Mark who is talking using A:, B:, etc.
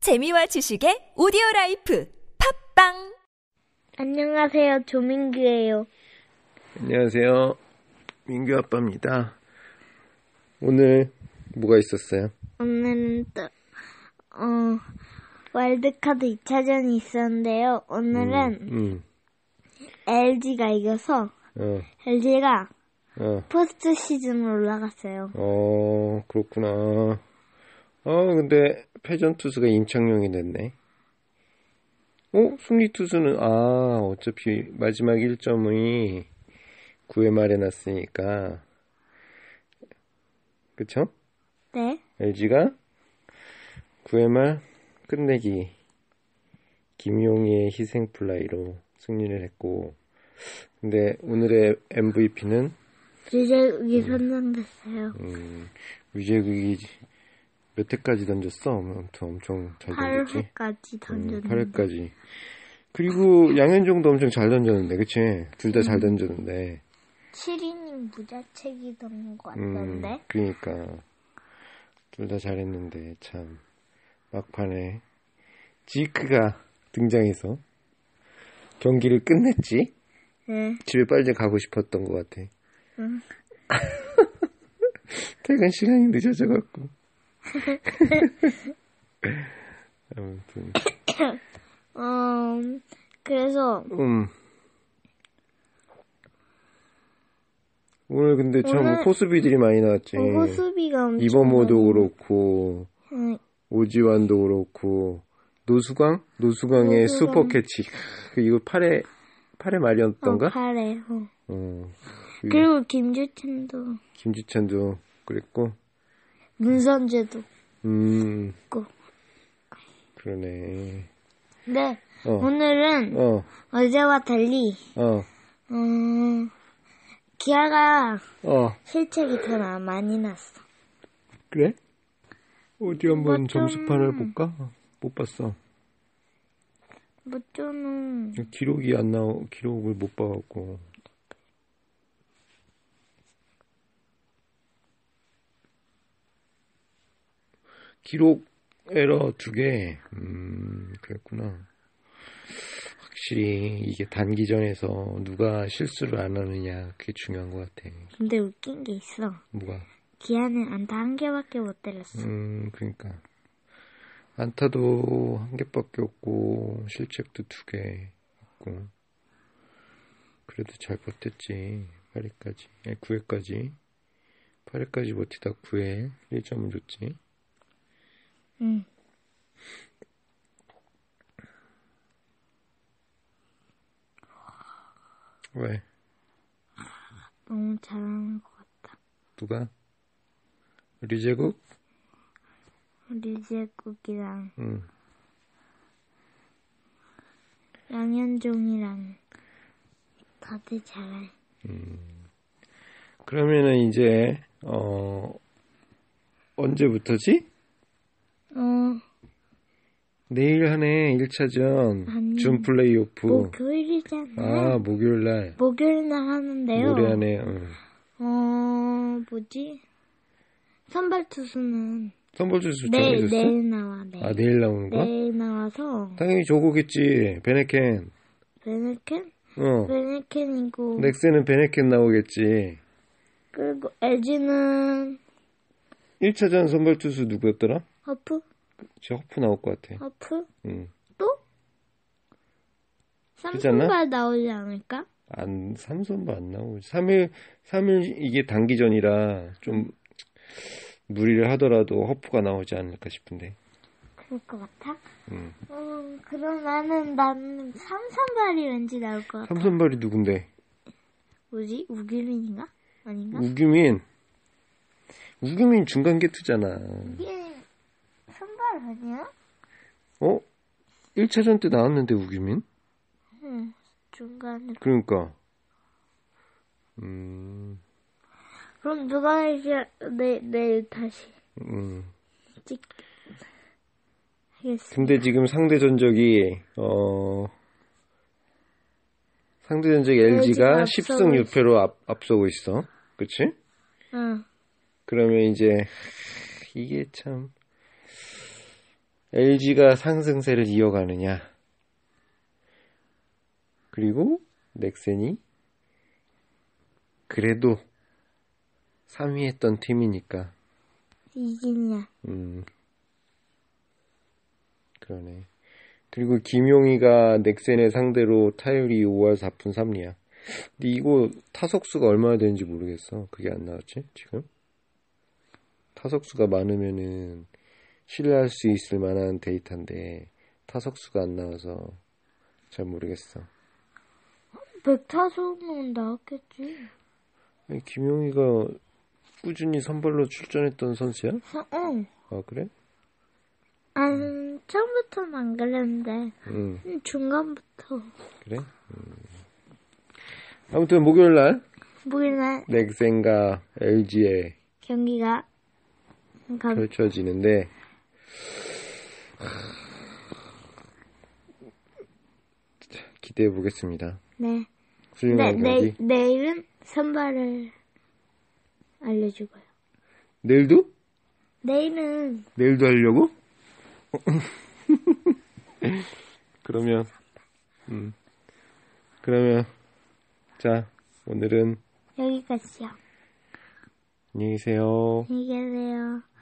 A: 재미와 지식의 오디오 라이프 팝빵!
B: 안녕하세요, 조민규예요.
C: 안녕하세요. 민규 아빠입니다. 오늘 뭐가 있었어요?
B: 오늘은 또, 어, 월드카드 2차전이 있었는데요. 오늘은
C: 음,
B: LG가 이겨서
C: 어,
B: LG가
C: 어,
B: 포스트 시즌으로 올라갔어요.
C: 어, 그렇구나. 어, 근데 패전 투수가 임창용이 됐네. 어, 승리 투수는 아, 어차피 마지막 1점이 9회 말에 났으니까. 그쵸?
B: 네.
C: LG가 9회 말 끝내기 김용희의 희생 플라이로 승리를 했고 근데 오늘의 MVP는
B: 유재욱이 선정됐어요.
C: 음, 유재국이 몇 회까지 던졌어? 아무튼 엄청 잘 던졌지
B: 8회까지
C: 음,
B: 던졌는데.
C: 8회까지 그리고 양현종도 엄청 잘 던졌는데 그치? 둘 다 잘
B: 음.
C: 던졌는데
B: 7이닝 무자책이던 것
C: 음,
B: 같던데.
C: 그러니까 둘 다 잘했는데 참 막판에 지크가 등장해서 경기를 끝냈지.
B: 네.
C: 집에 빨리 가고 싶었던 것 같아.
B: 음.
C: 퇴근 시간이 늦어져갖고. 아무튼
B: 어, 그래서
C: 음. 오늘 근데 참
B: 오늘-
C: 호수비들이 많이 나왔지.
B: 보고 수비가 엄청 네.
C: 네.
B: 어,
C: 이범호도 그렇고
B: 많이-
C: 오지환도 그렇고 노수광 노수광의
B: 노수광.
C: 슈퍼 캐치 크, 이거 팔에 팔에 말이었던가
B: 어, 팔해요.
C: 어, 그리고
B: 그리고 김주찬도
C: 김지찬도 그랬고
B: 문선재도
C: 음
B: 있고.
C: 그러네
B: 네. 오늘은
C: 어어어
B: 어제와 달리
C: 어,
B: 음, 기아가
C: 어.
B: 실책이 더 나- 많이 났어.
C: 그래 어디 한번
B: 뭐 좀-
C: 점수판을 볼까 못 봤어
B: 뭐 무쪼는
C: 기록이 안 나오 기록을 못 봐갖고 기록 에러 두개 음, 그랬구나 확실히 이게 단기전에서 누가 실수를 안 하느냐 그게 중요한 것 같아
B: 근데 웃긴 게 있어.
C: 뭐가
B: 기아는 안타 한 개밖에 못 때렸어.
C: 음 그러니까 안타도 한 개밖에 없고 실책도 두 개 있고 그래도 잘 버텼지 8회까지 아니 9회까지 8회까지 버티다 9회 1점을 줬지
B: 응.
C: 왜
B: 너무 잘하는 것 같다.
C: 누가 류제국
B: 류재국이랑
C: 응
B: 양현종이랑 다들 잘해.
C: 그러면은 이제 어 언제부터지
B: 어,
C: 내일 하네 1차전
B: 아니.
C: 준 플레이오프
B: 목요일이잖아.
C: 아 목요일 날
B: 목요일 날 하는데요.
C: 모레 하네 응.
B: 어, 뭐지? 선발 투수는
C: 선발 주수
B: 네, 내일, 네.
C: 정해졌어?
B: 내일 나와, 내일.
C: 아 내일 나오는 거야?
B: 내일 나와서,
C: 당연히 조고겠지 베네켄
B: 베네켄?
C: 어
B: 베네켄이고,
C: 넥센은 베네켄 나오겠지
B: 그리고 LG는
C: 1차전 선발 투수 누구였더라?
B: 허프?
C: 저 허프 나올 것 같아
B: 허프?
C: 응.
B: 또?
C: 그렇지 않나?
B: 삼성발 나오지 않을까?
C: 안, 삼선도 안 나오지 3일, 3일 이게 단기전이라 좀 무리를 하더라도 허프가 나오지 않을까 싶은데
B: 그럴 것 같아?
C: 응.
B: 어, 그러면은 나는 삼성발이 왠지 나올 것 같아.
C: 삼선발이 누군데?
B: 뭐지? 우기린인가? 아닌가?
C: 우규민 우규민 중간 개투잖아
B: 우기린 선발 아니야?
C: 어? 1차전 때 나왔는데 우규민?
B: 응, 중간에.
C: 그러니까. 음,
B: 그럼 누가 이제 내, 내일 다시
C: 음.
B: 찍 하겠습니다.
C: 근데 지금 상대 전적이, 어, 상대 전적
B: LG가
C: LG가
B: 앞서고
C: 10승 6패로 앞, 앞서고 있어. 그치?
B: 응.
C: 그러면 이제, 이게 참, LG가 상승세를 이어가느냐. 그리고 넥센이 그래도 3위 했던 팀이니까
B: 이기냐.
C: 음. 그러네. 그리고 김용희가 넥센의 상대로 타율이 5할 4푼 3리야. 근데 이거 타석수가 얼마나 되는지 모르겠어. 그게 안 나왔지, 지금? 타석수가 많으면은 신뢰할 수 있을 만한 데이터인데 타석수가 안 나와서 잘 모르겠어.
B: 백타수는 나왔겠지.
C: 아니, 김용희가 꾸준히 선발로 출전했던 선수야?
B: 서- 응.
C: 아, 그래?
B: 안, 어. 처음부터는 안 그랬는데,
C: 응,
B: 음, 중간부터.
C: 그래? 음. 아무튼 목요일 날
B: 목요일날
C: 넥센과 LG의
B: 경기가, 가,
C: 펼쳐지는데 기대해 보겠습니다.
B: 네. 네,
C: 훌륭한 경기.
B: 내, 내일은 선발을 알려주고요.
C: 내일도?
B: 내일은,
C: 내일도 하려고? 그러면 음. 그러면 자 오늘은
B: 여기까지요.
C: 안녕히 계세요.
B: 안녕히 계세요.